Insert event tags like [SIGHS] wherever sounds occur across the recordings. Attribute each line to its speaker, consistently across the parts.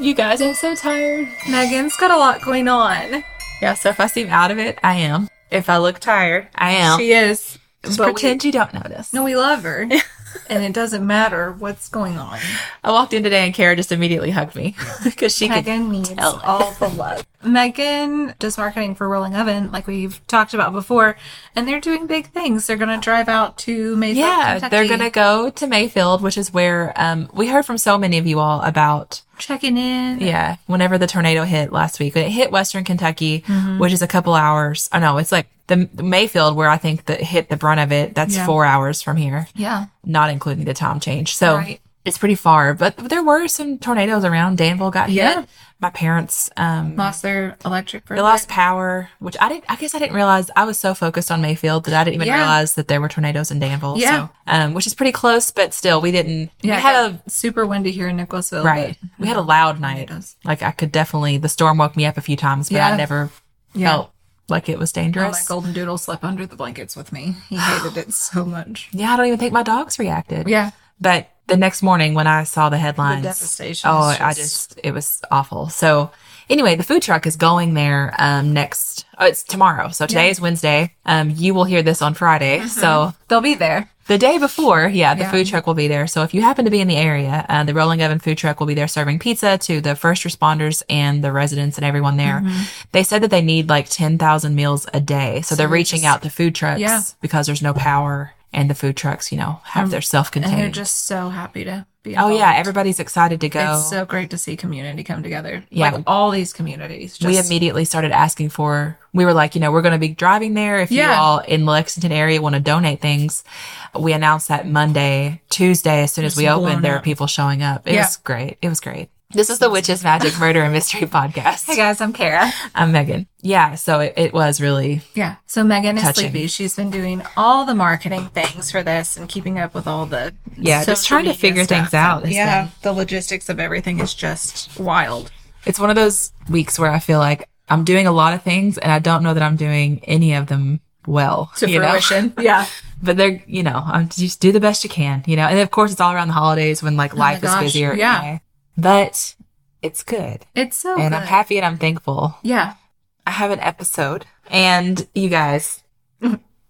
Speaker 1: You guys, I'm so tired.
Speaker 2: Megan's got a lot going on.
Speaker 1: Yeah, so if I seem out of it, I am. If I look tired, I am.
Speaker 2: She is.
Speaker 1: Just
Speaker 2: but we-
Speaker 1: pretend you don't notice.
Speaker 2: No, we love her.
Speaker 1: [LAUGHS]
Speaker 2: and it doesn't matter what's going on.
Speaker 1: I walked in today and Kara just immediately hugged me [LAUGHS] because she could.
Speaker 2: Megan needs
Speaker 1: tell.
Speaker 2: all
Speaker 1: [LAUGHS]
Speaker 2: the love. Megan does marketing for Rolling Oven, like we've talked about before, and they're doing big things. They're going to drive out to Mayfield,
Speaker 1: Yeah, they're
Speaker 2: Kentucky,
Speaker 1: going to go to Mayfield, which is where um, we heard from so many of you all about
Speaker 2: checking in.
Speaker 1: Yeah, whenever the tornado hit last week, when it hit Western Kentucky,
Speaker 2: Mm-hmm.
Speaker 1: which is a couple hours. I know it's like the the Mayfield where I think that hit the brunt of it. That's
Speaker 2: Yeah.
Speaker 1: four hours from here,
Speaker 2: yeah,
Speaker 1: not including the time change. So
Speaker 2: Right.
Speaker 1: it's pretty far. But there were some tornadoes around. Danville got
Speaker 2: Yeah.
Speaker 1: hit. My parents um,
Speaker 2: lost their electric.
Speaker 1: they lost power, which I didn't. I guess I didn't realize. I was so focused on Mayfield that I didn't even
Speaker 2: Yeah.
Speaker 1: realize that there were tornadoes in Danville.
Speaker 2: Yeah.
Speaker 1: so, um, which is pretty close, but still, we didn't.
Speaker 2: Yeah,
Speaker 1: we had a
Speaker 2: super windy here in Nicholasville.
Speaker 1: Right. We had a loud night.
Speaker 2: Tornadoes.
Speaker 1: Like I could definitely the storm woke me up a few times, but I
Speaker 2: Yeah.
Speaker 1: never
Speaker 2: but- Yeah.
Speaker 1: felt like it was
Speaker 2: Oh,
Speaker 1: dangerous.
Speaker 2: my golden doodle slept under the blankets with me. He
Speaker 1: [SIGHS]
Speaker 2: hated it so much.
Speaker 1: Yeah, I don't even think my dogs reacted.
Speaker 2: Yeah.
Speaker 1: But the next morning when I saw the headlines,
Speaker 2: devastation
Speaker 1: oh,
Speaker 2: is
Speaker 1: I
Speaker 2: just-
Speaker 1: just it was awful. So anyway, the food truck is going there um next oh, it's tomorrow. So today is Wednesday. Um you will hear this on Friday. So
Speaker 2: They'll be there.
Speaker 1: The day before, yeah, the
Speaker 2: Mm-hmm. Yeah.
Speaker 1: food truck will be there. So if you happen to be in the area, uh, the Rolling Oven food truck will be there serving pizza to the first responders and the residents and everyone there.
Speaker 2: Mm-hmm.
Speaker 1: They said that they need like 10,000 meals a day. So, they're reaching out to food trucks
Speaker 2: Yeah.
Speaker 1: because there's no power and the food trucks, you know, have their self
Speaker 2: And they're
Speaker 1: contained.
Speaker 2: just so happy to be
Speaker 1: oh,
Speaker 2: involved.
Speaker 1: yeah, everybody's excited to go.
Speaker 2: Um, It's so great to see community come together.
Speaker 1: Yeah.
Speaker 2: Like all these communities. Just,
Speaker 1: we immediately started asking for we were like you know we're going to be driving there if you
Speaker 2: Yeah.
Speaker 1: all in the lexington area want to donate things we announced that monday tuesday as soon as we
Speaker 2: Just blown
Speaker 1: opened there were
Speaker 2: up.
Speaker 1: people showing up it
Speaker 2: Yeah.
Speaker 1: was great it was great this is the witches [LAUGHS] magic murder and mystery podcast
Speaker 2: Hey guys, I'm Kara.
Speaker 1: i'm megan yeah so it, it was really
Speaker 2: Yeah. So Megan is
Speaker 1: Touching.
Speaker 2: sleepy. She's been doing all the marketing things for this and keeping up with all the
Speaker 1: Yeah, just
Speaker 2: social
Speaker 1: trying to
Speaker 2: media
Speaker 1: figure things out has
Speaker 2: Yeah. The logistics of everything is just wild.
Speaker 1: it's one of those weeks where i feel like i'm doing a lot of things and i don't know that i'm doing any of them well
Speaker 2: To
Speaker 1: you know? [LAUGHS]
Speaker 2: fruition. yeah.
Speaker 1: but they're you know um, just do the best you can you know and of course it's all around the holidays when like life
Speaker 2: Oh gosh,
Speaker 1: is busier
Speaker 2: yeah.
Speaker 1: anyway. but it's good
Speaker 2: It's so
Speaker 1: and i'm
Speaker 2: good.
Speaker 1: happy and i'm thankful
Speaker 2: Yeah.
Speaker 1: i have an episode and you
Speaker 2: [LAUGHS]
Speaker 1: guys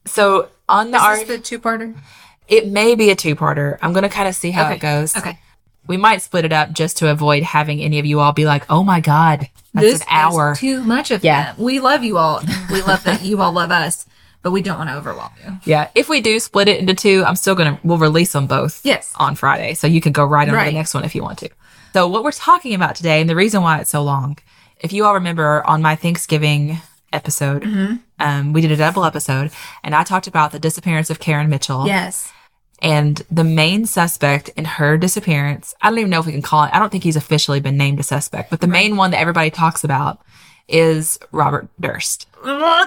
Speaker 1: so on the
Speaker 2: Is
Speaker 1: art
Speaker 2: this the two parter?
Speaker 1: it may be a two-parter i'm gonna kind of see how
Speaker 2: Okay.
Speaker 1: it goes
Speaker 2: Okay.
Speaker 1: we might split it up just to avoid having any of you all be like oh my god that's
Speaker 2: this
Speaker 1: an hour
Speaker 2: is too much of
Speaker 1: Yeah.
Speaker 2: yeah. We love you all. We love that you all love us, but we don't want to overwhelm
Speaker 1: [LAUGHS]
Speaker 2: you.
Speaker 1: yeah if we do split it into two i'm still gonna we'll release them both
Speaker 2: Yes.
Speaker 1: on Friday. So you can go right on to
Speaker 2: Right.
Speaker 1: the next one if you want to. So what we're talking about today and the reason why it's so long, if you all remember on my Thanksgiving episode,
Speaker 2: Mm-hmm.
Speaker 1: um, we did a double episode and I talked about the disappearance of Karen Mitchell
Speaker 2: Yes.
Speaker 1: and the main suspect in her disappearance. I don't even know if we can call it. I don't think he's officially been named a suspect, but the main one that everybody talks about is Robert Durst.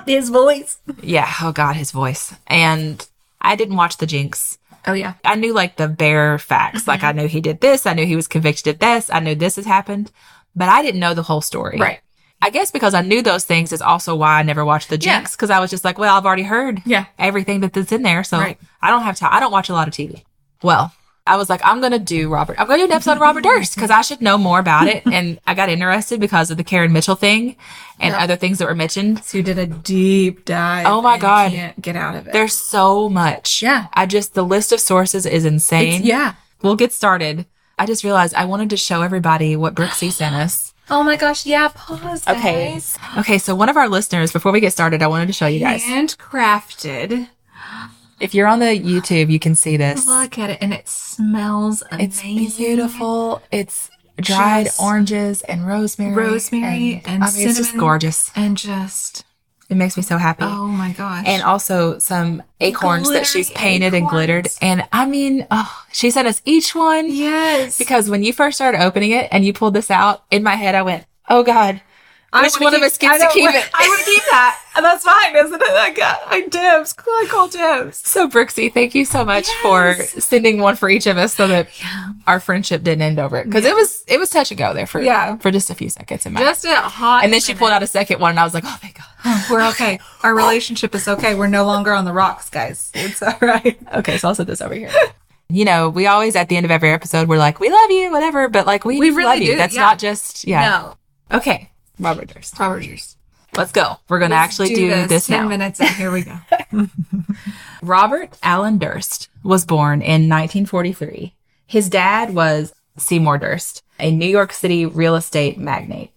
Speaker 2: His voice.
Speaker 1: Yeah. Oh God, his voice. And I didn't watch the Jinx.
Speaker 2: Oh yeah.
Speaker 1: I knew like the bare facts. Like
Speaker 2: Mm-hmm.
Speaker 1: I knew he did this. I knew he was convicted of this. I knew this has happened, but I didn't know the whole story.
Speaker 2: Right.
Speaker 1: I guess because I knew those things is also why I never watched the
Speaker 2: Yeah.
Speaker 1: Jinx because I was just like, well, I've already heard
Speaker 2: Yeah.
Speaker 1: everything that that's in there, so
Speaker 2: Right.
Speaker 1: I don't have time. I don't watch a lot of TV. Well, I was like, I'm gonna do Robert. I'm gonna do an episode of Robert Durst because I should know more about
Speaker 2: [LAUGHS]
Speaker 1: it, and I got interested because of the Karen Mitchell thing and other things that were mentioned.
Speaker 2: So you did a deep dive.
Speaker 1: Oh, my
Speaker 2: and
Speaker 1: God.
Speaker 2: Can't get out of it.
Speaker 1: There's so much.
Speaker 2: Yeah.
Speaker 1: I just the list of sources is insane.
Speaker 2: It's- yeah.
Speaker 1: We'll get started. I just realized I wanted to show everybody what Brooksy sent
Speaker 2: [GASPS]
Speaker 1: us.
Speaker 2: Oh my gosh. Yeah. Pause. Guys.
Speaker 1: Okay, so one of our listeners, before we get started, I wanted to show you guys.
Speaker 2: Handcrafted.
Speaker 1: If you're on the YouTube, you can see this.
Speaker 2: Look at it, and it smells
Speaker 1: It's
Speaker 2: amazing.
Speaker 1: beautiful. It's dried
Speaker 2: Just-
Speaker 1: oranges and rosemary.
Speaker 2: Rosemary and
Speaker 1: I mean, it's just
Speaker 2: cinnamon.
Speaker 1: gorgeous.
Speaker 2: and just
Speaker 1: It makes me so happy.
Speaker 2: oh my gosh.
Speaker 1: And also some acorns that she's
Speaker 2: Glittery
Speaker 1: painted and glittered.
Speaker 2: acorns.
Speaker 1: And I mean, oh, she sent us each one.
Speaker 2: yes,
Speaker 1: Because when you first started opening it and you pulled this out, in my head I went, "Oh God, which
Speaker 2: wanna
Speaker 1: one of
Speaker 2: keep-
Speaker 1: us gets
Speaker 2: I
Speaker 1: to
Speaker 2: know,
Speaker 1: keep it?"
Speaker 2: I would keep that, and that's fine, isn't it? I got I dibs. I call dibs.
Speaker 1: So Brooksy, thank you so much for
Speaker 2: Yes.
Speaker 1: sending one for each of us, so that our friendship didn't end over it because it was it was touch and go there for
Speaker 2: Yeah.
Speaker 1: for just a few seconds in my.
Speaker 2: Just a hot.
Speaker 1: and then she pulled out a second one, and I was like, "Oh thank God."
Speaker 2: minute. We're okay. Our relationship is okay. We're no longer on the rocks, guys. It's all right. [LAUGHS]
Speaker 1: Okay, so I'll set this over here. you know, we always at the end of every episode we're like, we love you, whatever, but like we,
Speaker 2: We
Speaker 1: do
Speaker 2: really
Speaker 1: love you.
Speaker 2: do,
Speaker 1: That's
Speaker 2: yeah.
Speaker 1: not just yeah.
Speaker 2: No.
Speaker 1: Okay, Robert Durst.
Speaker 2: Robert Durst.
Speaker 1: Let's go. We're gonna actually do, this,
Speaker 2: Ten
Speaker 1: now.
Speaker 2: minutes and
Speaker 1: [LAUGHS]
Speaker 2: here we go.
Speaker 1: Robert Allen Durst was born in 1943. His dad was Seymour Durst, a New York City real estate magnate.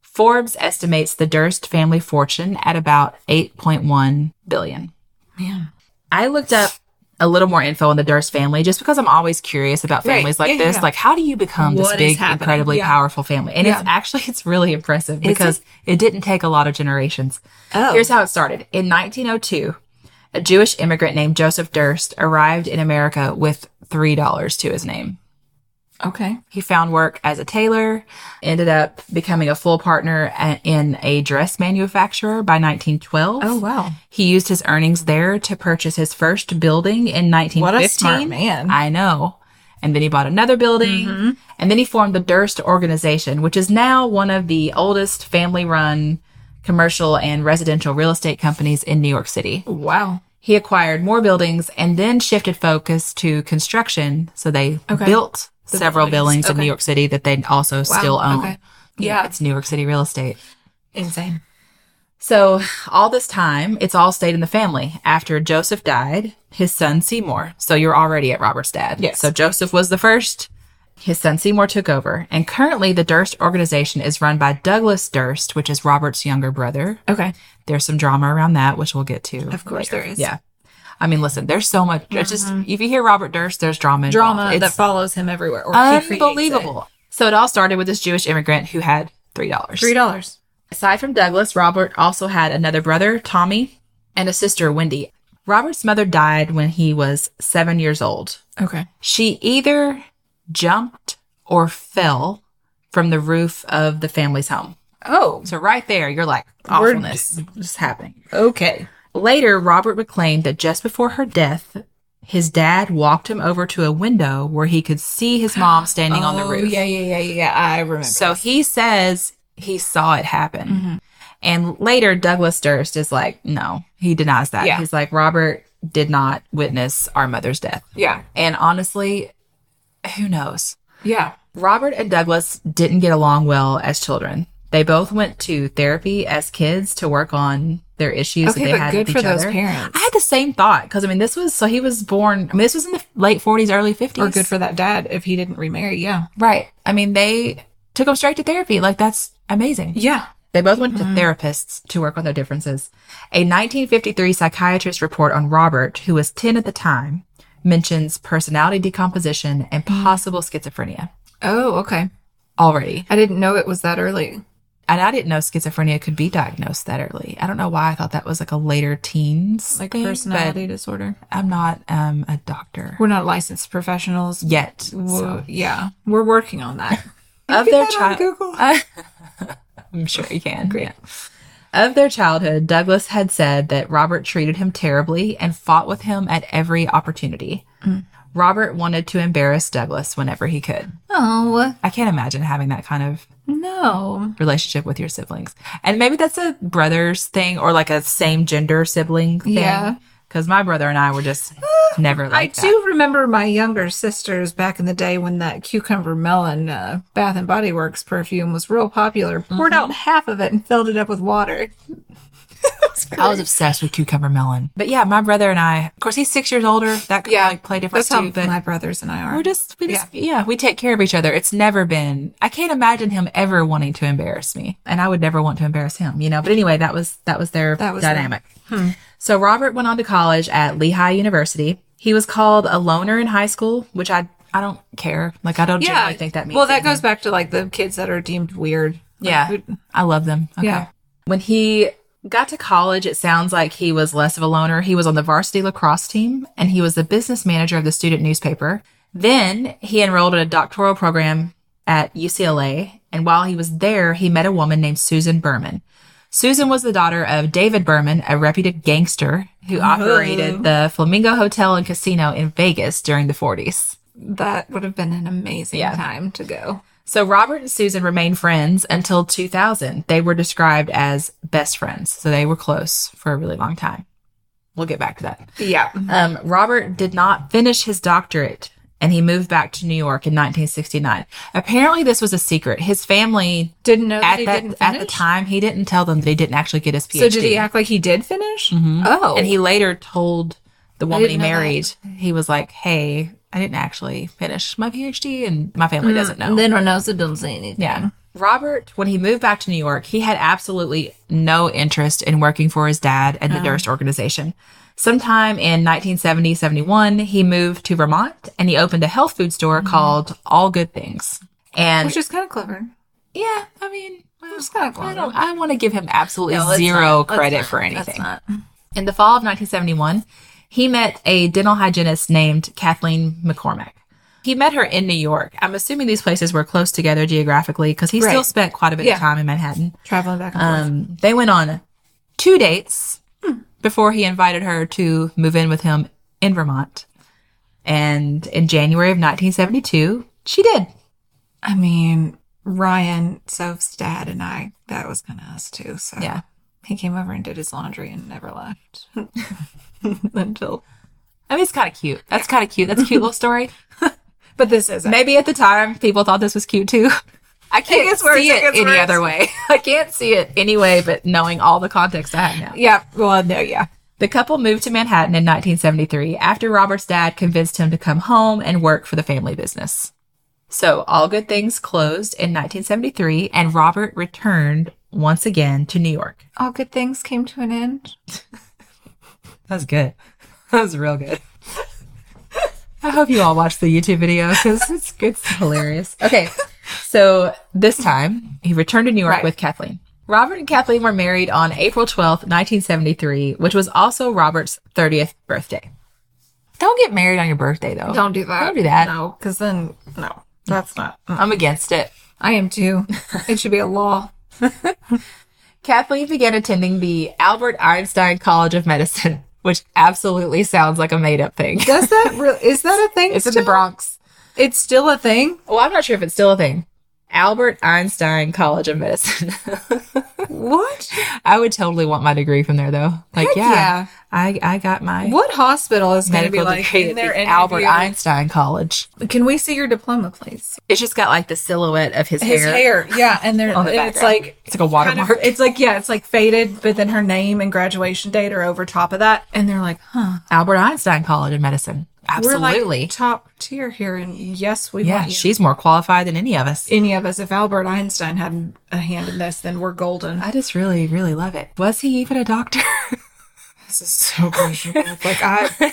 Speaker 1: Forbes estimates the Durst family fortune at about 8.1 billion.
Speaker 2: Man.
Speaker 1: I looked up a little more info on the Durst family just because I'm always curious about
Speaker 2: Right.
Speaker 1: families
Speaker 2: Yeah,
Speaker 1: like
Speaker 2: yeah,
Speaker 1: this.
Speaker 2: yeah.
Speaker 1: Like, how do you become this
Speaker 2: What is
Speaker 1: big,
Speaker 2: happening?
Speaker 1: incredibly
Speaker 2: Yeah.
Speaker 1: powerful family? And it's
Speaker 2: Yeah.
Speaker 1: actually, it's really impressive because it didn't take a lot of generations.
Speaker 2: Oh.
Speaker 1: Here's how it started. In 1902, a Jewish immigrant named Joseph Durst arrived in America with $3 to his name.
Speaker 2: Okay.
Speaker 1: He found work as a tailor, ended up becoming a full partner a- in a dress manufacturer by 1912.
Speaker 2: Oh wow.
Speaker 1: He used his earnings there to purchase his first building in 1915.
Speaker 2: What a smart man. Mm-hmm.
Speaker 1: I know. And then he bought another building. And then he formed the Durst Organization, which is now one of the oldest family run commercial and residential real estate companies in New York City.
Speaker 2: Wow.
Speaker 1: He acquired more buildings and then shifted focus to construction. So they
Speaker 2: Okay.
Speaker 1: built several
Speaker 2: buildings.
Speaker 1: buildings, in New
Speaker 2: Okay.
Speaker 1: York City that they also still own.
Speaker 2: Okay.
Speaker 1: You know,
Speaker 2: Yeah.
Speaker 1: It's New York City real estate.
Speaker 2: Insane.
Speaker 1: So, all this time, it's all stayed in the family. After Joseph died, his son Seymour. So, you're already at Robert's dad.
Speaker 2: Yes.
Speaker 1: So, Joseph was the first. His son Seymour took over. And currently, the Durst organization is run by Douglas Durst, which is Robert's younger brother.
Speaker 2: Okay.
Speaker 1: There's some drama around that, which we'll get to.
Speaker 2: Of course there is. Mm-hmm.
Speaker 1: Yeah. I mean, listen, there's so much. It's just, if you hear Robert Durst, there's drama. involved.
Speaker 2: Drama
Speaker 1: It's
Speaker 2: that follows him everywhere. Or he creates it.
Speaker 1: unbelievable. So, it all started with this Jewish immigrant who had $3.
Speaker 2: Three dollars.
Speaker 1: Aside from Douglas, Robert also had another brother, Tommy, and a sister, Wendy. Robert's mother died when he was seven years old.
Speaker 2: Okay.
Speaker 1: She either jumped or fell from the roof of the family's home.
Speaker 2: Oh.
Speaker 1: So, right there, you're like,
Speaker 2: We're-
Speaker 1: awfulness is happening.
Speaker 2: Okay.
Speaker 1: Later, Robert would claim that just before her death, his dad walked him over to a window where he could see his mom standing on the
Speaker 2: Oh,
Speaker 1: roof.
Speaker 2: Yeah, yeah, yeah, yeah. I remember.
Speaker 1: So he says he saw it happen.
Speaker 2: Mm-hmm.
Speaker 1: And later, Douglas Durst is like, no, he denies that.
Speaker 2: Yeah.
Speaker 1: He's like, Robert did not witness our mother's death.
Speaker 2: yeah.
Speaker 1: And honestly, who knows?
Speaker 2: Yeah.
Speaker 1: Robert and Douglas didn't get along well as children. They both went to therapy as kids to work on their issues that
Speaker 2: Okay,
Speaker 1: they
Speaker 2: but
Speaker 1: had
Speaker 2: good
Speaker 1: with
Speaker 2: for
Speaker 1: each
Speaker 2: those
Speaker 1: other. I
Speaker 2: parents.
Speaker 1: had the same thought because I mean, this was so he was born. I mean, this was in the late forties, early fifties.
Speaker 2: Or good for that dad if he didn't remarry. Yeah.
Speaker 1: right. I mean, they took him straight to therapy. Like that's amazing.
Speaker 2: Yeah.
Speaker 1: They both went to
Speaker 2: Mm.
Speaker 1: therapists to work on their differences. A 1953 psychiatrist report on Robert, who was 10 at the time, mentions personality decomposition and
Speaker 2: Mm.
Speaker 1: possible schizophrenia
Speaker 2: Oh, okay.
Speaker 1: already.
Speaker 2: I didn't know it was that early.
Speaker 1: And I didn't know schizophrenia could be diagnosed that early. I don't know why I thought that was like a later teens
Speaker 2: Like
Speaker 1: thing,
Speaker 2: personality disorder.
Speaker 1: But I'm not um, a doctor
Speaker 2: We're not licensed professionals.
Speaker 1: yet.
Speaker 2: Well, yeah. We're working on that.
Speaker 1: of
Speaker 2: Get
Speaker 1: their
Speaker 2: that on
Speaker 1: child.
Speaker 2: Google.
Speaker 1: [LAUGHS] I'm sure you can. Yeah. Of their childhood, Douglas had said that Robert treated him terribly and fought with him at every opportunity.
Speaker 2: Mm.
Speaker 1: Robert wanted to embarrass Douglas whenever he could.
Speaker 2: oh,
Speaker 1: I can't imagine having that kind of
Speaker 2: no.
Speaker 1: relationship with your siblings. And maybe that's a brother's thing or like a same gender sibling thing.
Speaker 2: Yeah.
Speaker 1: Because my brother and I were
Speaker 2: [GASPS]
Speaker 1: just never
Speaker 2: I
Speaker 1: like that.
Speaker 2: do remember my younger sisters back in the day when that cucumber melon uh, Bath and Body Works perfume was real popular.
Speaker 1: Mm-hmm.
Speaker 2: Poured out half of it and filled it up with water.
Speaker 1: I was obsessed with cucumber melon. But yeah, my brother and I, of course, he's six years older. That could
Speaker 2: Yeah.
Speaker 1: like play difference
Speaker 2: That's how
Speaker 1: too. But
Speaker 2: my brothers and I are.
Speaker 1: We're just, we just, yeah. we take care of each other. It's never been, I can't imagine him ever wanting to embarrass me. And I would never want to embarrass him, you know? But anyway, that was, that was their
Speaker 2: That was hmm.
Speaker 1: dynamic. So Robert went on to college at Lehigh University. He was called a loner in high school, which I, I don't care. Like, I don't generally think that means
Speaker 2: Well, that
Speaker 1: anything.
Speaker 2: goes back to like the kids that are deemed weird. Like,
Speaker 1: Yeah.
Speaker 2: who-
Speaker 1: I love them. Okay.
Speaker 2: Yeah.
Speaker 1: When he got to college, it sounds like he was less of a loner. He was on the varsity lacrosse team and he was the business manager of the student newspaper. Then he enrolled in a doctoral program at UCLA. And while he was there, he met a woman named Susan Berman. Susan was the daughter of David Berman, a reputed gangster who operated the Flamingo Hotel and Casino in Vegas during the 40s.
Speaker 2: that would have been an amazing
Speaker 1: Yeah.
Speaker 2: time to go.
Speaker 1: So Robert and Susan remained friends until 2000. They were described as best friends. So they were close for a really long time. We'll get back to that.
Speaker 2: Yeah.
Speaker 1: Um, Robert did not finish his doctorate and he moved back to New York in 1969. Apparently, this was a secret. His family
Speaker 2: Didn't know that
Speaker 1: at
Speaker 2: he
Speaker 1: that
Speaker 2: didn't finish.
Speaker 1: at the time he didn't tell them that he didn't actually get his PhD.
Speaker 2: So did he act like he did finish? Oh,
Speaker 1: And he later told the woman he
Speaker 2: didn't know that.
Speaker 1: married, he was like, "Hey, I didn't actually finish my PhD, and my
Speaker 2: Hmm,
Speaker 1: family doesn't know."
Speaker 2: then when knows it doesn't say anything.
Speaker 1: Yeah. Robert, when he moved back to New York, he had absolutely no interest in working for his dad and the
Speaker 2: Uh-huh.
Speaker 1: nurse organization. Sometime in 1970, 71, he moved to Vermont and he opened a health food store called All Good Things. And
Speaker 2: Mm-hmm. which is kind of clever.
Speaker 1: yeah, I mean, well,
Speaker 2: It's kind of
Speaker 1: I
Speaker 2: clever.
Speaker 1: don't, I want to give him absolutely zero credit for anything. In the fall of 1971, he met a dental hygienist named Kathleen McCormack. He met her in New York. I'm assuming these places were close together geographically because he still
Speaker 2: Right.
Speaker 1: spent quite a bit
Speaker 2: Yeah.
Speaker 1: of time in Manhattan.
Speaker 2: Traveling back and forth.
Speaker 1: Um, they went on two dates
Speaker 2: Hmm.
Speaker 1: before he invited her to move in with him in Vermont. And in January of 1972, she did.
Speaker 2: I mean, Ryan, Soph's dad, and I, that was kind of us too. So
Speaker 1: Yeah.
Speaker 2: he came over and did his laundry and never [LAUGHS] left until.
Speaker 1: I mean, it's kind of cute. That's kind of cute. That's a cute little
Speaker 2: [LAUGHS]
Speaker 1: story.
Speaker 2: But this isn't.
Speaker 1: Maybe at the time people thought this was cute too. I can't
Speaker 2: gets
Speaker 1: see
Speaker 2: worse, it
Speaker 1: it,
Speaker 2: gets
Speaker 1: any
Speaker 2: worse.
Speaker 1: other way. [LAUGHS] I can't see it anyway, but knowing all the context I have now.
Speaker 2: Yeah. Well, no. Yeah.
Speaker 1: The couple moved to Manhattan in 1973 after Robert's dad convinced him to come home and work for the family business. So, All Good Things closed in 1973, and Robert returned once again to New York.
Speaker 2: All good things came to an end.
Speaker 1: That was good. [LAUGHS] That was real good. [LAUGHS] I hope you all watch the YouTube video because it's, it's hilarious. Okay. So this time he returned to New York
Speaker 2: Right.
Speaker 1: with Kathleen. Robert and Kathleen were married on April 12th, 1973, which was also Robert's 30th birthday. Don't get married on your birthday though.
Speaker 2: Don't do that.
Speaker 1: Don't do that.
Speaker 2: No, because then no, that's not.
Speaker 1: I'm against it.
Speaker 2: I am too. [LAUGHS] it should be a law.
Speaker 1: Kathleen began attending the Albert Einstein College of Medicine, [LAUGHS] which absolutely sounds like a made up thing.
Speaker 2: Does that real? Is that a thing?
Speaker 1: [LAUGHS] It's in the Bronx.
Speaker 2: It's still a thing.
Speaker 1: Well, I'm not sure if it's still a thing. Albert Einstein College of Medicine. [LAUGHS]
Speaker 2: What?
Speaker 1: I would totally want my degree from there though. Like,
Speaker 2: Heck
Speaker 1: yeah,
Speaker 2: yeah.
Speaker 1: I, I got my
Speaker 2: What hospital is going to be
Speaker 1: medical
Speaker 2: like
Speaker 1: degree
Speaker 2: in
Speaker 1: at
Speaker 2: there?
Speaker 1: the Albert Einstein College.
Speaker 2: Can we see your diploma, please?
Speaker 1: It's just got like the silhouette of his,
Speaker 2: His
Speaker 1: hair.
Speaker 2: hair, yeah, and [LAUGHS] there
Speaker 1: On the
Speaker 2: and it's
Speaker 1: background.
Speaker 2: like
Speaker 1: It's like a
Speaker 2: kind
Speaker 1: watermark.
Speaker 2: of, it's like yeah, it's like faded, but then her name and graduation date are over top of that, and they're like, huh,
Speaker 1: Albert Einstein College of Medicine.
Speaker 2: we're
Speaker 1: Absolutely.
Speaker 2: like top tier here, and yes, we
Speaker 1: yeah,
Speaker 2: want you.
Speaker 1: she's more qualified than any of us.
Speaker 2: any of us. If Albert Einstein had a hand in this, then we're golden.
Speaker 1: I just really, really love it. Was he even a doctor? [LAUGHS]
Speaker 2: This is so questionable. [LAUGHS] like I,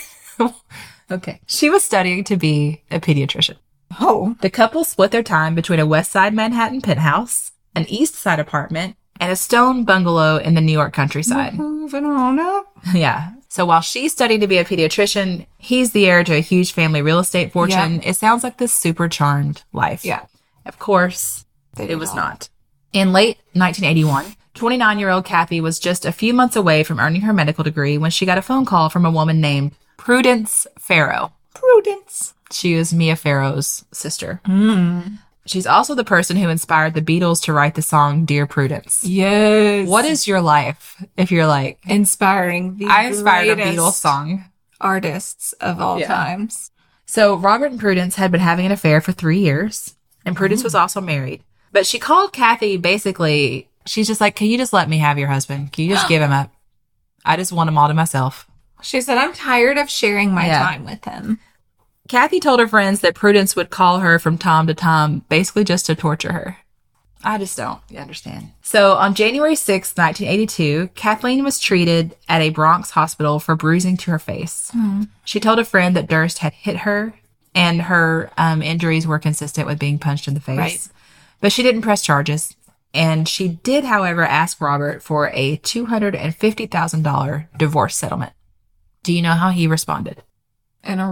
Speaker 1: okay. She was studying to be a pediatrician.
Speaker 2: oh,
Speaker 1: The couple split their time between a West Side Manhattan penthouse, an East Side apartment, and a stone bungalow in the New York countryside.
Speaker 2: moving on up.
Speaker 1: [LAUGHS] yeah. So while she's studying to be a pediatrician, he's the heir to a huge family real estate fortune. It sounds like this super charmed life.
Speaker 2: Yeah.
Speaker 1: Of course,
Speaker 2: They
Speaker 1: it
Speaker 2: did
Speaker 1: was
Speaker 2: all.
Speaker 1: not. In late 1981, 29 year old Kathy was just a few months away from earning her medical degree when she got a phone call from a woman named Prudence Farrow.
Speaker 2: Prudence.
Speaker 1: She is Mia Farrow's sister. She's also the person who inspired the Beatles to write the song Dear Prudence.
Speaker 2: Yes.
Speaker 1: What is your life if you're like,
Speaker 2: inspiring? The
Speaker 1: I inspired a
Speaker 2: greatest
Speaker 1: Beatles song?
Speaker 2: Artists of all
Speaker 1: Yeah.
Speaker 2: times.
Speaker 1: So Robert and Prudence had been having an affair for three years, and Prudence was also married. But she called Kathy basically, she's just like, Can you just let me have your husband? Can you just give him up? I just want him all to myself.
Speaker 2: She said, "I'm tired of sharing my
Speaker 1: Yeah.
Speaker 2: time with him."
Speaker 1: Kathy told her friends that Prudence would call her from time to time, basically just to torture her. I just don't understand. So on January sixth, 1982, Kathleen was treated at a Bronx hospital for bruising to her face. She told a friend that Durst had hit her and her um, injuries were consistent with being punched in the face.
Speaker 2: Right.
Speaker 1: But she didn't press charges. And she did, however, ask Robert for a $250,000 divorce settlement. Do you know how he responded?
Speaker 2: in a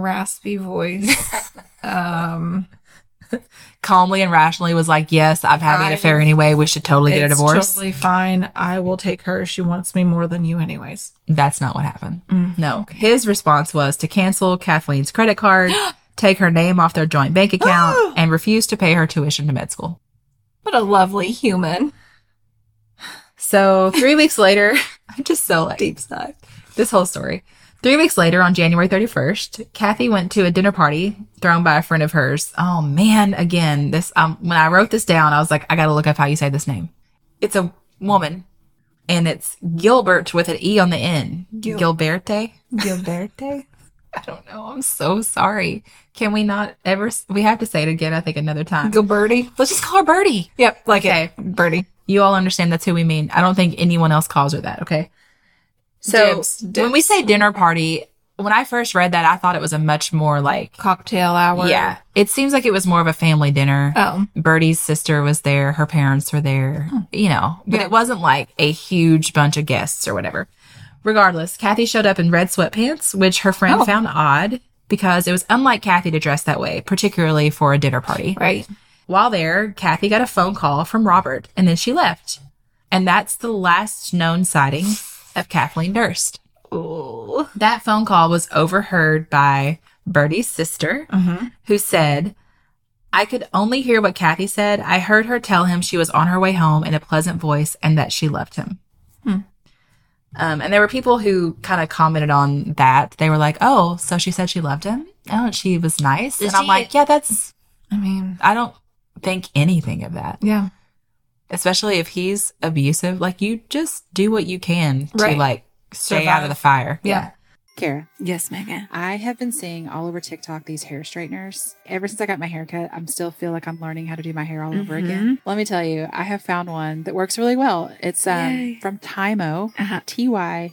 Speaker 3: [LAUGHS]
Speaker 2: raspy voice. um,
Speaker 1: calmly and rationally was like, "Yes, I'm having an
Speaker 2: I-
Speaker 1: affair anyway. We should totally get a
Speaker 2: it's
Speaker 1: divorce."
Speaker 2: totally fine. I will take her. She wants me more than you, anyways.
Speaker 1: That's not what happened. No, his response was to cancel Kathleen's credit card, take her name off their joint bank account, and refuse to pay her tuition to med school.
Speaker 2: What a lovely human.
Speaker 1: So three weeks later, [LAUGHS] I'm just so like
Speaker 2: Deep sigh.
Speaker 1: this whole story.
Speaker 4: Three weeks later, on January 31st, Kathy went to a dinner party thrown by a friend of hers. Oh man, again, this, um, when I wrote this down, I was like, I gotta look up how you say this name. It's a woman and it's Gilbert with an E on the end.
Speaker 3: Gil-
Speaker 4: Gilberte?
Speaker 3: Gilberte?
Speaker 4: I don't know. I'm so sorry. Can we not ever, s- we have to say it again, I think, another time.
Speaker 3: Gilberti?
Speaker 4: Let's just call her Birdie.
Speaker 3: Yep, like
Speaker 4: Okay.
Speaker 3: it. Birdie.
Speaker 4: You all understand that's who we mean. I don't think anyone else calls her that, okay? So
Speaker 3: Dibs,
Speaker 4: when we say dinner party, when I first read that, I thought it was a much more like,
Speaker 3: Cocktail hour.
Speaker 4: yeah, it seems like it was more of a family dinner.
Speaker 3: Oh,
Speaker 4: Birdie's sister was there, her parents were there, you know, but
Speaker 3: Yeah.
Speaker 4: it wasn't like a huge bunch of guests or whatever. Regardless, Kathy showed up in red sweatpants, which her friend
Speaker 3: Oh.
Speaker 4: found odd because it was unlike Kathy to dress that way, particularly for a dinner party.
Speaker 3: right.
Speaker 4: While there, Kathy got a phone call from Robert and then she left. And that's the last known sighting of Kathleen Durst.
Speaker 3: Ooh.
Speaker 4: That phone call was overheard by Bertie's sister,
Speaker 3: Mm-hmm.
Speaker 4: who said, I could only hear what Kathy said. I heard her tell him she was on her way home in a pleasant voice and that she loved him.
Speaker 3: Hmm.
Speaker 4: Um, and there were people who kind of commented on that. They were like, oh, so she said she loved him? Oh, and she was nice.
Speaker 3: Is
Speaker 4: and I'm
Speaker 3: he-
Speaker 4: like, yeah, that's,
Speaker 3: I mean,
Speaker 4: I don't think anything of that
Speaker 3: yeah.
Speaker 4: especially if he's abusive like you just do what you can to
Speaker 3: Right.
Speaker 4: like stay out
Speaker 3: Survive.
Speaker 4: of the fire
Speaker 3: Yeah.
Speaker 1: Kara,
Speaker 3: Yes, Megan.
Speaker 1: I have been seeing all over TikTok these hair straighteners. Ever since I got my hair cut, I am still feel like I'm learning how to do my hair all over
Speaker 3: Mhm.
Speaker 1: again. Let me tell you, I have found one that works really well. It's um,
Speaker 3: Yay.
Speaker 1: from Tymo,
Speaker 3: Uh-huh.
Speaker 1: T Y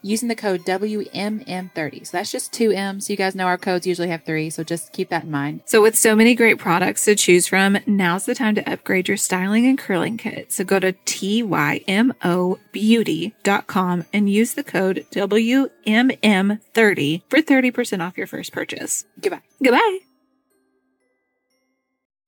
Speaker 1: using the code WMM30. So that's just two M's. You guys know our codes usually have three, so just keep that in mind.
Speaker 2: So, with so many great products to choose from, now's the time to upgrade your styling and curling kit. So, go to TYMOBeauty.com and use the code WMM30 for 30% off your first purchase.
Speaker 1: Goodbye.
Speaker 2: Goodbye.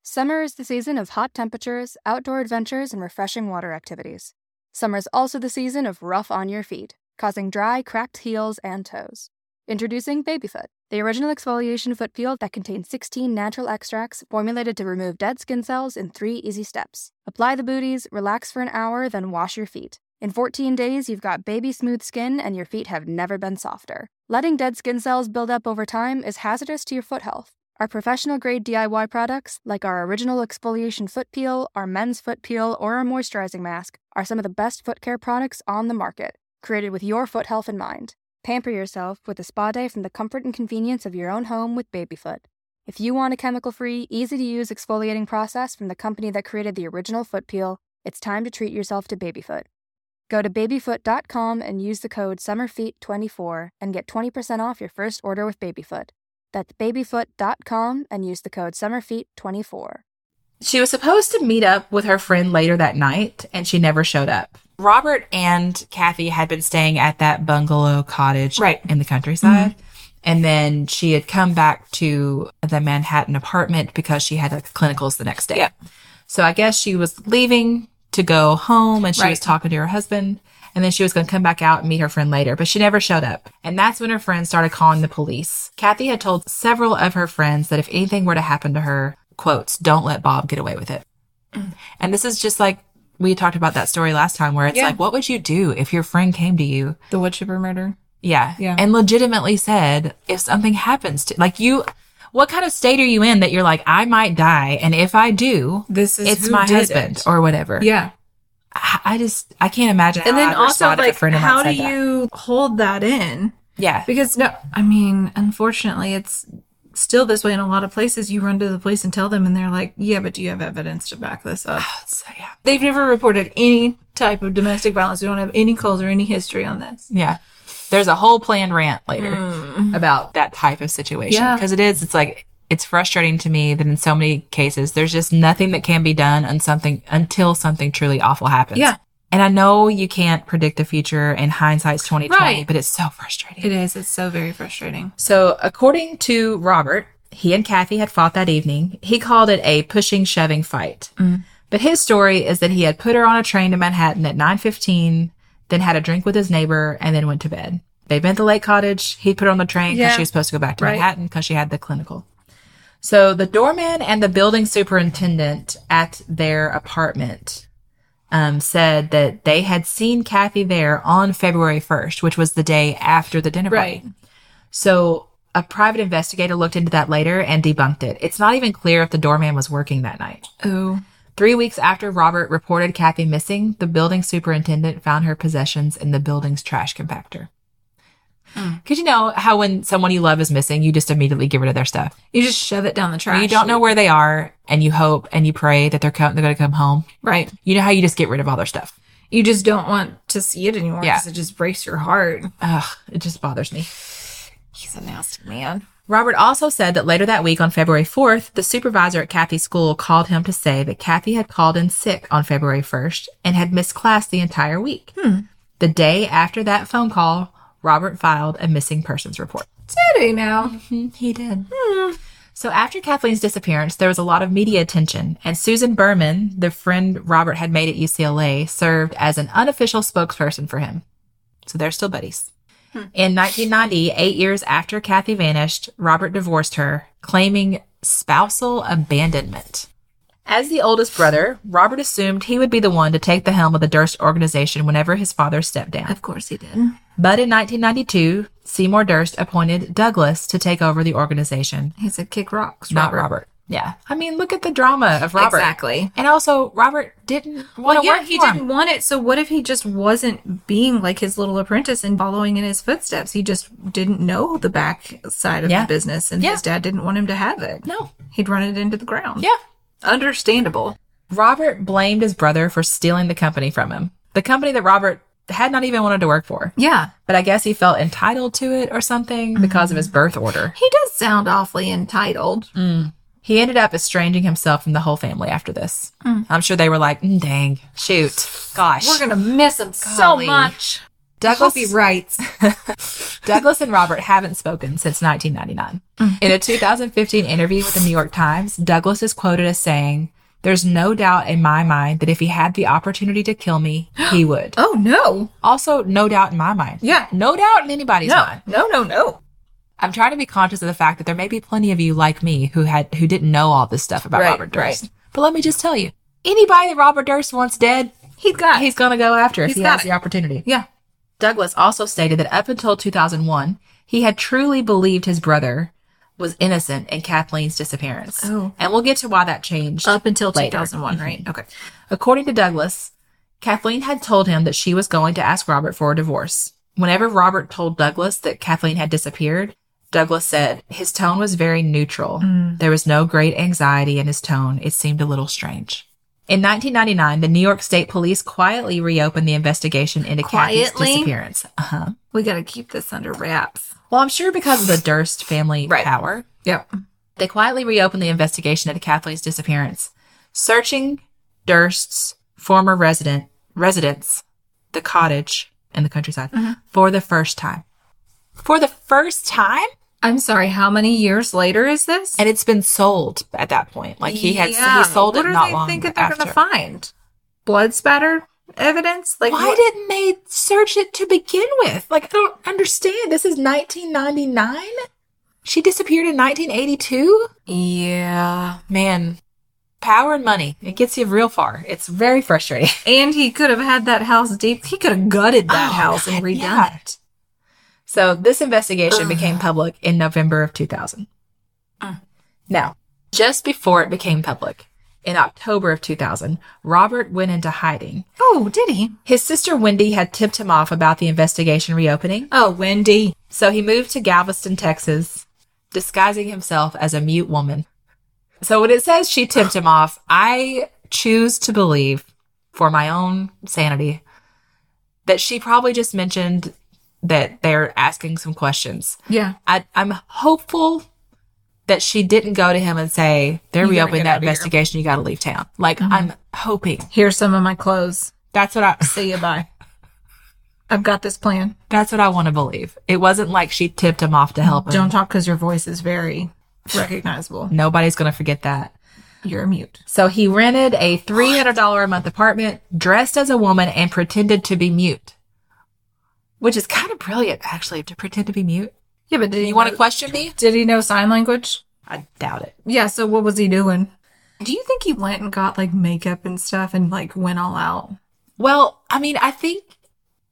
Speaker 5: Summer is the season of hot temperatures, outdoor adventures, and refreshing water activities. Summer is also the season of rough on your feet, causing dry, cracked heels and toes. Introducing Babyfoot, the original exfoliation foot peel that contains 16 natural extracts formulated to remove dead skin cells in three easy steps. Apply the booties, relax for an hour, then wash your feet. In 14 days, you've got baby smooth skin and your feet have never been softer. Letting dead skin cells build up over time is hazardous to your foot health. Our professional grade DIY products, like our original exfoliation foot peel, our men's foot peel, or our moisturizing mask, are some of the best foot care products on the market, created with your foot health in mind. Pamper yourself with a spa day from the comfort and convenience of your own home with Babyfoot. If you want a chemical free, easy to use exfoliating process from the company that created the original foot peel, it's time to treat yourself to Babyfoot. Go to babyfoot.com and use the code SUMMERFEET24 and get 20% off your first order with Babyfoot. That's babyfoot.com and use the code SUMMERFEET24.
Speaker 4: she was supposed to meet up with her friend later that night and she never showed up robert and kathy had been staying at that bungalow cottage
Speaker 3: Right.
Speaker 4: in the countryside And then she had come back to the Manhattan apartment because she had like, clinicals the next day.
Speaker 2: Yeah.
Speaker 4: So I guess she was leaving to go home and she was
Speaker 2: Right.
Speaker 4: talking to her husband. And then she was going to come back out and meet her friend later, but she never showed up. And that's when her friends started calling the police. Kathy had told several of her friends that if anything were to happen to her, quotes, don't let Bob get away with it.
Speaker 2: Mm.
Speaker 4: And this is just like we talked about that story last time where it's
Speaker 2: Yeah.
Speaker 4: like, what would you do if your friend came to you
Speaker 2: The wood chipper murder.
Speaker 4: yeah.
Speaker 2: Yeah.
Speaker 4: And legitimately said, if something happens to, like you, what kind of state are you in that you're like, I might die. And if I do,
Speaker 2: This is
Speaker 4: it's
Speaker 2: who
Speaker 4: my
Speaker 2: did
Speaker 4: husband
Speaker 2: it.
Speaker 4: or whatever.
Speaker 2: Yeah.
Speaker 4: I, I just, I can't imagine.
Speaker 2: And
Speaker 4: how
Speaker 2: then
Speaker 4: I'd
Speaker 2: also,
Speaker 4: respond if a
Speaker 2: like,
Speaker 4: friend of mine
Speaker 2: how do
Speaker 4: said that.
Speaker 2: you hold that in?
Speaker 4: Yeah.
Speaker 2: [LAUGHS] Because no, I mean, unfortunately, it's still this way in a lot of places. You run to the police and tell them, and they're like, "Yeah, but do you have evidence to back this up?"
Speaker 4: So, yeah.
Speaker 2: They've never reported any type of domestic violence. We don't have any calls or any history on this.
Speaker 4: Yeah. There's a whole planned rant later about that type of situation.
Speaker 2: Hmm. Yeah.
Speaker 4: Because it is, it's like, it's frustrating to me that in so many cases, there's just nothing that can be done on something until something truly awful happens.
Speaker 2: Yeah.
Speaker 4: And I know you can't predict the future and hindsight's 2020,
Speaker 2: Right.
Speaker 4: but it's so frustrating.
Speaker 2: It is. It's so very frustrating.
Speaker 4: So, according to Robert, he and Kathy had fought that evening. He called it a pushing shoving fight. But his story is that he had put her on a train to Manhattan at 9:15, then had a drink with his neighbor and then went to bed. They'd been at the Lake Cottage. He put her on the train because
Speaker 2: Yeah.
Speaker 4: she was supposed to go back to
Speaker 2: Right.
Speaker 4: Manhattan because she had the clinical. So the doorman and the building superintendent at their apartment um, said that they had seen Kathy there on February 1st, which was the day after the dinner
Speaker 2: Right.
Speaker 4: party. So a private investigator looked into that later and debunked it. It's not even clear if the doorman was working that night.
Speaker 2: Oh,
Speaker 4: Three weeks after Robert reported Kathy missing, the building superintendent found her possessions in the building's trash compactor.
Speaker 2: Hmm.
Speaker 4: Because you know how when someone you love is missing, you just immediately get rid of their stuff.
Speaker 2: you just shove it down the trash.
Speaker 4: You don't know where they are, and you hope and you pray that they're co- they're going to come home.
Speaker 2: right?
Speaker 4: You know how you just get rid of all their stuff.
Speaker 2: You just don't want to see it anymore
Speaker 4: Yeah.
Speaker 2: because it just breaks your heart.
Speaker 4: Ugh, it just bothers me.
Speaker 2: He's a nasty man.
Speaker 4: Robert also said that later that week on February 4th, the supervisor at Kathy's school called him to say that Kathy had called in sick on February 1st and had missed class the entire week. The day after that phone call, Robert filed a missing persons report.
Speaker 2: Did he now?
Speaker 4: He did. So after Kathleen's disappearance, there was a lot of media attention, and Susan Berman, the friend Robert had made at UCLA, served as an unofficial spokesperson for him. So they're still buddies. In 1990, eight years after Kathy vanished, Robert divorced her, claiming spousal abandonment. As the oldest brother, Robert assumed he would be the one to take the helm of the Durst organization whenever his father stepped down.
Speaker 2: Of course he did.
Speaker 4: But in 1992, Seymour Durst appointed Douglas to take over the organization,
Speaker 2: He said, "Kick rocks,
Speaker 4: not Robert. Yeah. I mean, look at the drama of Robert.
Speaker 2: Exactly.
Speaker 4: And also, Robert didn't want
Speaker 2: Well,
Speaker 4: to
Speaker 2: yeah,
Speaker 4: work
Speaker 2: he
Speaker 4: for him.
Speaker 2: didn't want it. So what if he just wasn't being like his little apprentice and following in his footsteps? He just didn't know the back side of
Speaker 4: Yeah.
Speaker 2: the business, and
Speaker 4: Yeah.
Speaker 2: his dad didn't want him to have it.
Speaker 4: No.
Speaker 2: He'd run it into the ground.
Speaker 4: Yeah.
Speaker 2: Understandable.
Speaker 4: Robert blamed his brother for stealing the company from him. The company that Robert had not even wanted to work for.
Speaker 2: Yeah.
Speaker 4: But I guess he felt entitled to it or
Speaker 2: Mm-hmm.
Speaker 4: something because of his birth order.
Speaker 2: He does sound awfully entitled.
Speaker 4: He ended up estranging himself from the whole family after this. I'm sure they were like, "Mm, dang, shoot, gosh.
Speaker 2: We're gonna miss him so
Speaker 4: Golly.
Speaker 2: much.
Speaker 4: Douglas
Speaker 2: rights.
Speaker 4: Douglas and Robert haven't spoken since 1999. In a 2015 interview with the New York Times, Douglas is quoted as saying, There's no doubt in my mind that if he had the opportunity to kill me, he [GASPS] would.
Speaker 2: Oh no.
Speaker 4: Also, no doubt in my mind.
Speaker 2: Yeah.
Speaker 4: No doubt in anybody's mind.
Speaker 2: No. No. No.
Speaker 4: I'm trying to be conscious of the fact that there may be plenty of you like me who had who didn't know all this stuff about
Speaker 2: Right,
Speaker 4: Robert Durst. But let me just tell you, anybody that Robert Durst wants dead,
Speaker 2: He's got.
Speaker 4: he's gonna go after if
Speaker 2: He's
Speaker 4: he
Speaker 2: got
Speaker 4: has
Speaker 2: it.
Speaker 4: the opportunity.
Speaker 2: yeah.
Speaker 4: Douglas also stated that up until 2001, he had truly believed his brother was innocent in Kathleen's disappearance.
Speaker 2: Oh.
Speaker 4: And we'll get to why that changed.
Speaker 2: Up until
Speaker 4: later.
Speaker 2: 2001, right?
Speaker 4: [LAUGHS]
Speaker 2: Okay.
Speaker 4: According to Douglas, Kathleen had told him that she was going to ask Robert for a divorce. Whenever Robert told Douglas that Kathleen had disappeared, Douglas said his tone was very neutral.
Speaker 2: Mm.
Speaker 4: There was no great anxiety in his tone. It seemed a little strange. In 1999, the New York State Police quietly reopened the investigation into
Speaker 2: Quietly?
Speaker 4: Kathy's disappearance. Uh-huh.
Speaker 2: We got to keep this under wraps.
Speaker 4: Well, I'm sure because of the Durst family
Speaker 2: Right.
Speaker 4: power,
Speaker 2: Yep.
Speaker 4: they quietly reopened the investigation into Kathleen's disappearance, searching Durst's former resident residence, the
Speaker 6: Mm-hmm.
Speaker 4: cottage in the countryside, for the first time. For the first time,
Speaker 6: I'm sorry, how many years later is this?
Speaker 4: and it's been sold at that point. Like he had
Speaker 6: Yeah.
Speaker 4: he sold it
Speaker 6: What do
Speaker 4: not
Speaker 6: they
Speaker 4: long
Speaker 6: think that they're
Speaker 4: after.
Speaker 6: gonna find? Blood spatter evidence? Like
Speaker 4: Why
Speaker 6: what-
Speaker 4: didn't they search it to begin with? Like I don't understand. This is 1999. She disappeared in 1982.
Speaker 6: Yeah.
Speaker 4: Man, power and money it gets you real far. It's very frustrating.
Speaker 6: And he could have had that house deep. He could have gutted that
Speaker 4: Oh,
Speaker 6: house and
Speaker 4: God,
Speaker 6: redone
Speaker 4: yeah.
Speaker 6: it.
Speaker 4: So this investigation became public in November of 2000.
Speaker 6: Uh.
Speaker 4: Now, just before it became public, in October of 2000, Robert went into hiding.
Speaker 6: Oh, did he?
Speaker 4: His sister Wendy had tipped him off about the investigation reopening,
Speaker 6: Oh, Wendy.
Speaker 4: so he moved to Galveston, Texas, disguising himself as a mute woman. So when it says she tipped him off, I choose to believe, for my own sanity, that she probably just mentioned that they're asking some questions.
Speaker 6: Yeah.
Speaker 4: I, I'm hopeful that she didn't go to him and say, they're
Speaker 6: You gotta
Speaker 4: reopening
Speaker 6: get
Speaker 4: that
Speaker 6: out of here." Uh-huh.
Speaker 4: investigation, you got to leave town. Like, I'm hoping.
Speaker 6: Here's some of my clothes.
Speaker 4: That's what I
Speaker 6: See
Speaker 4: [LAUGHS]
Speaker 6: you bye. I've got this plan.
Speaker 4: That's what I want to believe. It wasn't like she tipped him off to help him.
Speaker 6: Don't talk because your voice is very recognizable.
Speaker 4: Nobody's going to forget that.
Speaker 6: You're mute.
Speaker 4: So he rented a $300 a month apartment, dressed as a woman, and pretended to be mute, which is kind of brilliant, actually, to pretend to be mute.
Speaker 6: Yeah, but did he
Speaker 4: You want
Speaker 6: know-
Speaker 4: to question me?
Speaker 6: Did he know sign language?
Speaker 4: I doubt it.
Speaker 6: Yeah, so what was he doing? Do you think he went and got like makeup and stuff and like went all out?
Speaker 4: Well, I mean, I think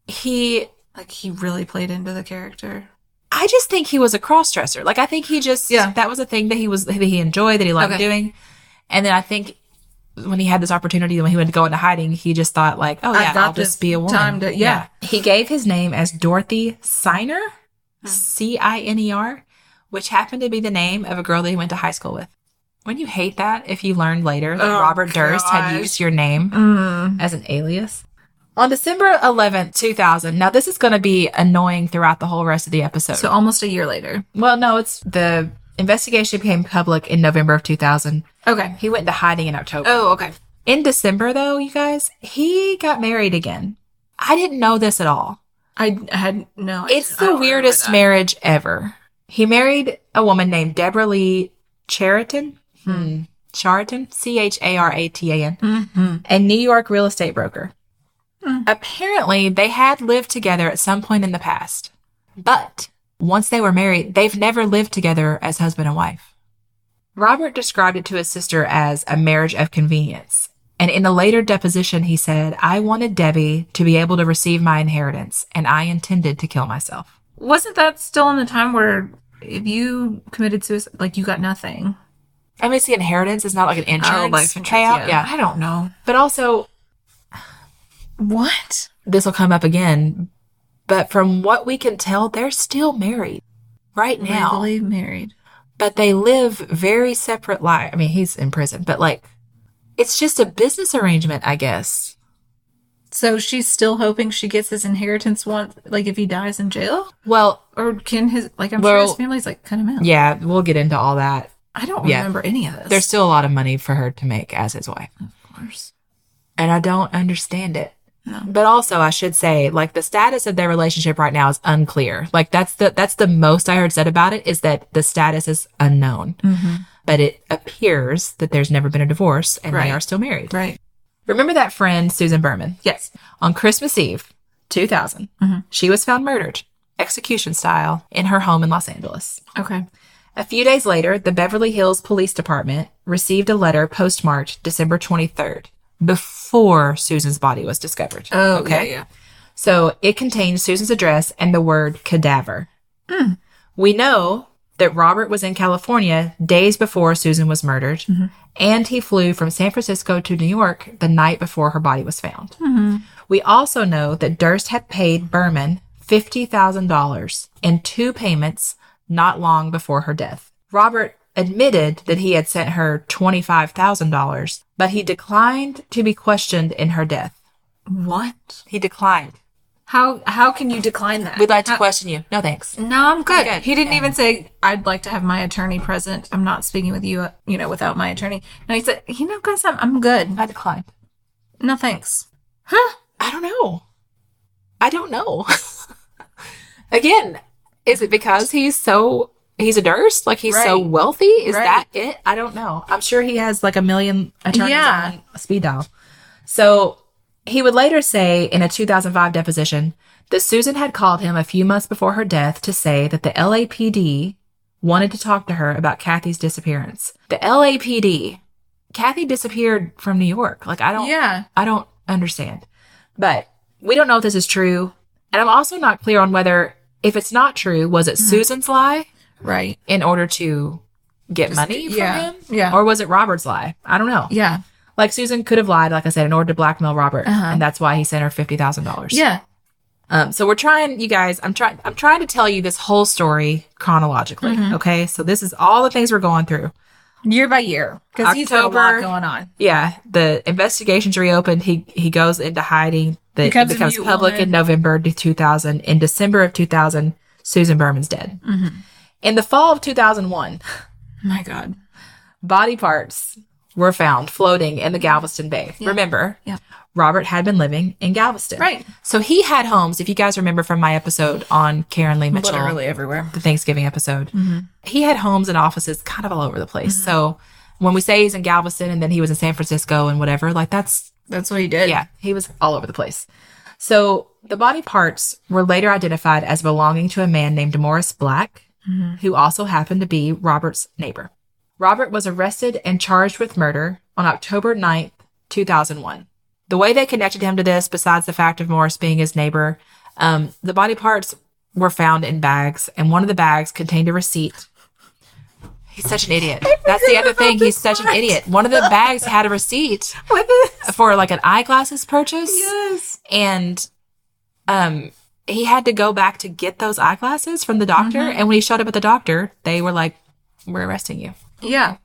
Speaker 4: he,
Speaker 6: Like he really played into the character.
Speaker 4: I just think he was a cross dresser. Like, I think he just,
Speaker 6: Yeah.
Speaker 4: that was a thing that he was, that he enjoyed, that he liked
Speaker 6: Okay.
Speaker 4: doing. And then I think when he had this opportunity, when he went to go into hiding, he just thought, like, oh,
Speaker 6: I've
Speaker 4: yeah,
Speaker 6: got
Speaker 4: I'll
Speaker 6: this
Speaker 4: just be a woman.
Speaker 6: time to- yeah.
Speaker 4: He gave his name as Dorothy Siner, C I N E R, which happened to be the name of a girl that he went to high school with. Wouldn't you hate that if you learned later that
Speaker 6: Oh,
Speaker 4: Robert Durst had
Speaker 6: gosh.
Speaker 4: used your name?
Speaker 6: Mm.
Speaker 4: as an alias. On December 11th, 2000. Now, this is going to be annoying throughout the whole rest of the episode.
Speaker 6: So almost a year later.
Speaker 4: well, no, it's the investigation became public in November of 2000.
Speaker 6: Okay.
Speaker 4: He went into hiding in October.
Speaker 6: Oh, okay.
Speaker 4: In December, though, you guys, he got married again. I didn't know this at all.
Speaker 6: I had no. I
Speaker 4: It's the
Speaker 6: didn't- I don't remember
Speaker 4: weirdest
Speaker 6: that.
Speaker 4: marriage ever. He married a woman named Deborah Lee Chariton. Hmm. Chariton, C H A R A T A N
Speaker 6: Mhm.
Speaker 4: a New York real estate broker.
Speaker 6: Hmm.
Speaker 4: Apparently, they had lived together at some point in the past, but once they were married, they've never lived together as husband and wife. Robert described it to his sister as a marriage of convenience. And in a later deposition, he said, I wanted Debbie to be able to receive my inheritance, and I intended to kill myself.
Speaker 6: Wasn't that still in the time where if you committed suicide, like you got nothing?
Speaker 4: I mean, see, inheritance is not like an insurance, payout.
Speaker 6: Oh, Yeah.
Speaker 4: Yeah.
Speaker 6: I don't know.
Speaker 4: But also,
Speaker 6: What?
Speaker 4: this will come up again, but from what we can tell, they're still married right now.
Speaker 6: Legally married.
Speaker 4: But they live very separate lives. I mean, he's in prison, but like, it's just a business arrangement, I guess.
Speaker 6: So she's still hoping she gets his inheritance once, like if he dies in jail,
Speaker 4: Well,
Speaker 6: or can his like I'm sure
Speaker 4: Well,
Speaker 6: his family's like cut him out.
Speaker 4: yeah, we'll get into all that.
Speaker 6: I don't
Speaker 4: yeah.
Speaker 6: remember any of this.
Speaker 4: There's still a lot of money for her to make as his wife.
Speaker 6: Of course.
Speaker 4: and I don't understand it.
Speaker 6: No.
Speaker 4: But also, I should say, like the status of their relationship right now is unclear. Like that's the that's the most I heard said about it is that the status is unknown.
Speaker 6: Mm-hmm.
Speaker 4: But it appears that there's never been a divorce and they
Speaker 6: Right.
Speaker 4: are still married.
Speaker 6: right.
Speaker 4: Remember that friend Susan Berman
Speaker 6: Yes.
Speaker 4: on Christmas Eve, 2000.
Speaker 6: Mm-hmm.
Speaker 4: She was found murdered, execution style, in her home in Los Angeles.
Speaker 6: Okay.
Speaker 4: A few days later, the Beverly Hills Police Department received a letter postmarked December 23rd, before Susan's body was discovered.
Speaker 6: Oh, okay. Yeah,
Speaker 4: So it contained Susan's address and the word cadaver.
Speaker 6: Mm.
Speaker 4: We know that Robert was in California days before Susan was murdered,
Speaker 6: Mm-hmm.
Speaker 4: and he flew from San Francisco to New York the night before her body was found. We also know that Durst had paid Berman $50,000 in two payments not long before her death. Robert admitted that he had sent her $25,000, but he declined to be questioned in her death.
Speaker 6: What?
Speaker 4: He declined.
Speaker 6: How how can you decline that?
Speaker 4: We'd like to
Speaker 6: How-
Speaker 4: question you. No thanks.
Speaker 6: No, I'm good.
Speaker 4: Good.
Speaker 6: He didn't
Speaker 4: Yeah.
Speaker 6: even say I'd like to have my attorney present. I'm not speaking with you, uh, you know, without my attorney. No, he said, you know, guys, I'm, I'm good.
Speaker 4: I declined.
Speaker 6: No, thanks. Huh?
Speaker 4: I don't know. [LAUGHS] I don't know. Again, is it because he's so he's a Durst? Like he's so
Speaker 1: Right.
Speaker 4: wealthy? Is
Speaker 1: Right.
Speaker 4: that it? I don't know. I'm sure he has like a million attorneys
Speaker 1: Yeah.
Speaker 4: on a speed dial. So he would later say in a 2005 deposition that Susan had called him a few months before her death to say that the LAPD wanted to talk to her about Kathy's disappearance. The LAPD. Kathy disappeared from New York. Like I don't
Speaker 1: Yeah.
Speaker 4: I don't understand. But we don't know if this is true. And I'm also not clear on whether, if it's not true, was
Speaker 1: Hmm.
Speaker 4: it Susan's lie
Speaker 1: Right.
Speaker 4: in order to get money from
Speaker 1: yeah,
Speaker 4: him?
Speaker 1: yeah.
Speaker 4: Or was it Robert's lie? I don't know.
Speaker 1: Yeah.
Speaker 4: Like Susan could have lied, like I said, in order to blackmail Robert.
Speaker 1: Uh-huh.
Speaker 4: And that's why he sent her $50,000.
Speaker 1: Yeah.
Speaker 4: Um, so we're trying, you guys. I'm trying. I'm trying to tell you this whole story chronologically.
Speaker 1: Mm-hmm.
Speaker 4: Okay, so this is all the things we're going through.
Speaker 2: year by year because he's got a lot
Speaker 4: October-
Speaker 2: going on.
Speaker 4: Yeah, the investigation's reopened. He he goes into hiding. The,
Speaker 2: Becomes a
Speaker 4: it becomes
Speaker 2: mute
Speaker 4: public
Speaker 2: woman.
Speaker 4: in November to 2000. In December of 2000, Susan Berman's dead.
Speaker 2: Mm-hmm.
Speaker 4: In the fall of 2001,
Speaker 2: My God,
Speaker 4: body parts were found floating in the Galveston Bay. Remember,
Speaker 1: Yeah.
Speaker 4: Robert had been living in Galveston.
Speaker 2: Right.
Speaker 4: So he had homes, if you guys remember from my episode on Karen Lee Mitchell
Speaker 2: literally everywhere.
Speaker 4: the Thanksgiving episode.
Speaker 2: Mm-hmm.
Speaker 4: He had homes and offices kind of all over the place. So when we say he's in Galveston and then he was in San Francisco and whatever, like that's
Speaker 2: That's what he did.
Speaker 6: [LAUGHS]
Speaker 4: yeah, he was all over the place. So the body parts were later identified as belonging to a man named Morris Black, who also happened to be Robert's neighbor. Robert was arrested and charged with murder on October 9th, 2001. The way they connected him to this, besides the fact of Morris being his neighbor, um, the body parts were found in bags, and one of the bags contained a receipt. He's such an idiot. That's the other thing. He's such an idiot. One of the bags had a receipt
Speaker 2: What is?
Speaker 4: for like an eyeglasses purchase
Speaker 2: Yes.
Speaker 4: and um he had to go back to get those eyeglasses from the doctor
Speaker 2: Mm-hmm.
Speaker 4: and when he showed up at the doctor they were like we're arresting you
Speaker 6: [LAUGHS]
Speaker 2: Yeah.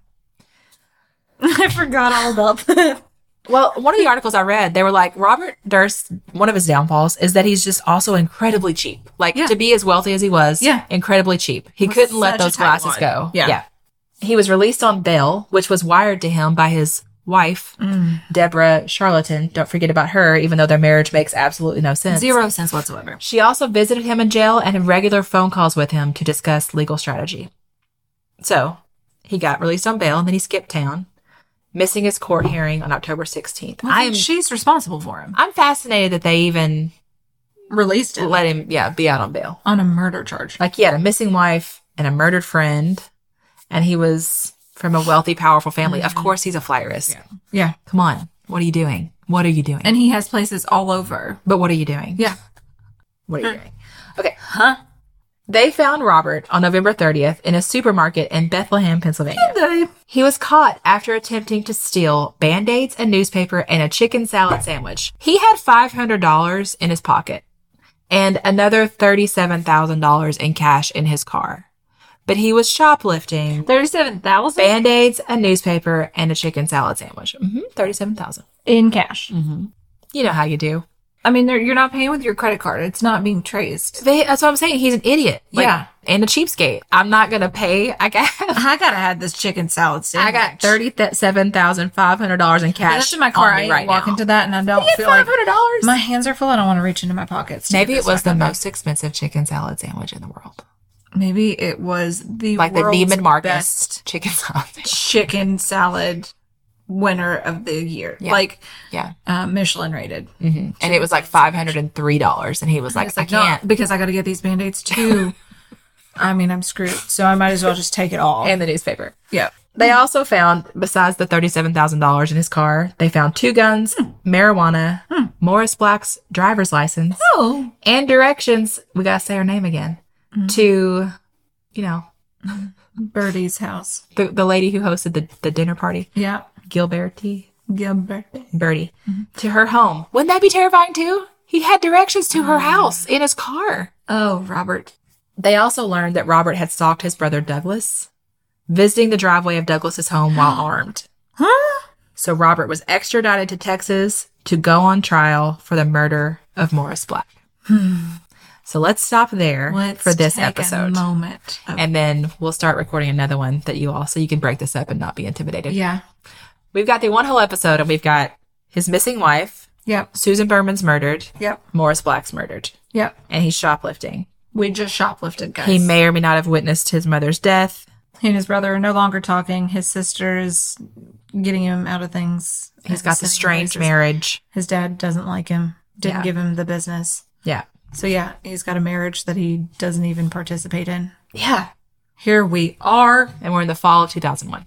Speaker 2: I forgot all about that.
Speaker 4: well one of the articles i read they were like robert durst one of his downfalls is that he's just also incredibly cheap like to be as wealthy as he was
Speaker 2: Yeah.
Speaker 4: incredibly cheap he couldn't let
Speaker 2: such a
Speaker 4: those
Speaker 2: tight wad.
Speaker 4: glasses go
Speaker 2: Yeah.
Speaker 4: he was released on bail which was wired to him by his wife
Speaker 2: Mm.
Speaker 4: deborah charlatan don't forget about her even though their marriage makes absolutely no sense
Speaker 2: Zero sense whatsoever.
Speaker 4: She also visited him in jail and had regular phone calls with him to discuss legal strategy. So he got released on bail and then he skipped town, missing his court hearing on October 16th. I'm,
Speaker 2: I'm. She's responsible for him.
Speaker 4: I'm fascinated that they even
Speaker 2: Released him
Speaker 4: let him, yeah, be out on bail.
Speaker 2: on a murder charge.
Speaker 4: Like he had a missing wife and a murdered friend, and he was from a wealthy, powerful family. Of course, he's a flight risk.
Speaker 2: Mm-hmm. Yeah.
Speaker 4: Come on. What are you doing? What are you doing?
Speaker 2: And he has places all over.
Speaker 4: But what are you doing?
Speaker 2: Yeah.
Speaker 4: What are you doing? Okay. Huh? They found Robert on November 30th in a supermarket in Bethlehem, Pennsylvania. He was caught after attempting to steal band aids, a newspaper, and a chicken salad sandwich. He had $500 in his pocket and another $37,000 in cash in his car. But he was shoplifting
Speaker 2: Thirty-seven thousand
Speaker 4: band aids, a newspaper, and a chicken salad sandwich. hmm 37000
Speaker 2: in cash.
Speaker 4: You know how you do.
Speaker 2: I mean, they're- you're not paying with your credit card. It's not being traced.
Speaker 4: They, that's what I'm saying. He's an idiot. Like,
Speaker 2: Yeah.
Speaker 4: And a cheapskate. I'm not going to pay. I got,
Speaker 2: I gotta have this chicken salad sandwich.
Speaker 4: [LAUGHS] I got $37,500 in
Speaker 2: Yeah,
Speaker 4: cash.
Speaker 2: That's in my car.
Speaker 4: on
Speaker 2: I
Speaker 4: me
Speaker 2: ain't
Speaker 4: right
Speaker 2: walking
Speaker 4: now.
Speaker 2: to that, and I don't feel like
Speaker 4: $500.
Speaker 2: my hands are full. I don't want to reach into my pockets. to
Speaker 4: Maybe
Speaker 2: get
Speaker 4: it
Speaker 2: this
Speaker 4: was the
Speaker 2: fucking-
Speaker 4: most expensive chicken salad sandwich in the world.
Speaker 2: Maybe it was the
Speaker 4: Like the
Speaker 2: world's
Speaker 4: Neiman Marcus
Speaker 2: best
Speaker 4: chicken salad. [LAUGHS] sandwich.
Speaker 2: chicken salad winner of the year,
Speaker 4: Yeah.
Speaker 2: like
Speaker 4: Yeah.
Speaker 2: uh, Michelin rated.
Speaker 4: hmm And it was like $503. And he was like,
Speaker 2: It's
Speaker 4: I
Speaker 2: no,
Speaker 4: can't.
Speaker 2: because I got to get these band aids
Speaker 4: [LAUGHS]
Speaker 2: too. I mean, I'm screwed, so I might as well just take it all.
Speaker 4: And the newspaper.
Speaker 2: yeah,
Speaker 4: They also found, besides the $37,000 in his car, they found two guns, marijuana, Morris Black's driver's license,
Speaker 2: oh,
Speaker 4: and directions. We gotta say her name again
Speaker 2: Mm-hmm.
Speaker 4: to, you know,
Speaker 2: Birdie's house.
Speaker 4: the, the lady who hosted the, the dinner party,
Speaker 2: Yeah,
Speaker 4: Gilberti
Speaker 2: Gilbert.
Speaker 4: Birdie,
Speaker 2: Mm-hmm.
Speaker 4: to her home. Wouldn't that be terrifying too? He had directions to her house in his car.
Speaker 2: Oh, Robert.
Speaker 4: They also learned that Robert had stalked his brother Douglas, visiting the driveway of Douglas's
Speaker 2: [GASPS]
Speaker 4: home while armed.
Speaker 2: Huh?
Speaker 4: So Robert was extradited to Texas to go on trial for the murder of Morris Black. so let's stop there
Speaker 2: Hmm. Let's
Speaker 4: for this
Speaker 2: take
Speaker 4: episode.
Speaker 2: A moment. Of,
Speaker 4: and then we'll start recording another one that you all so you can break this up and not be intimidated.
Speaker 2: yeah.
Speaker 4: We've got the one whole episode and we've got his missing wife,
Speaker 2: Yep.
Speaker 4: Susan Berman's murdered,
Speaker 2: Yep.
Speaker 4: Morris Black's murdered,
Speaker 2: Yep.
Speaker 4: and he's shoplifting.
Speaker 6: We just shoplifted, guys.
Speaker 4: He may or may not have witnessed his mother's death.
Speaker 6: He and his brother are no longer talking. His sister is getting him out of things.
Speaker 4: He's got the strange
Speaker 6: marriage.
Speaker 4: marriage.
Speaker 6: His dad doesn't like him. Didn't
Speaker 4: Yeah.
Speaker 6: give him the business.
Speaker 4: Yeah.
Speaker 6: So yeah, he's got a marriage that he doesn't even participate in.
Speaker 4: Yeah.
Speaker 6: Here we are,
Speaker 4: And we're in the fall of 2001.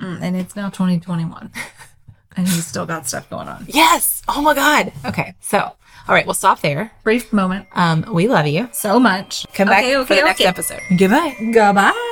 Speaker 6: Mm, and it's now 2021, [LAUGHS] and he's still got stuff going on.
Speaker 4: Yes. Oh my God. Okay. So, all right. We'll stop there.
Speaker 6: Brief moment.
Speaker 4: Um, we love you.
Speaker 6: So much.
Speaker 4: Come back for the next episode. Goodbye.
Speaker 6: Goodbye.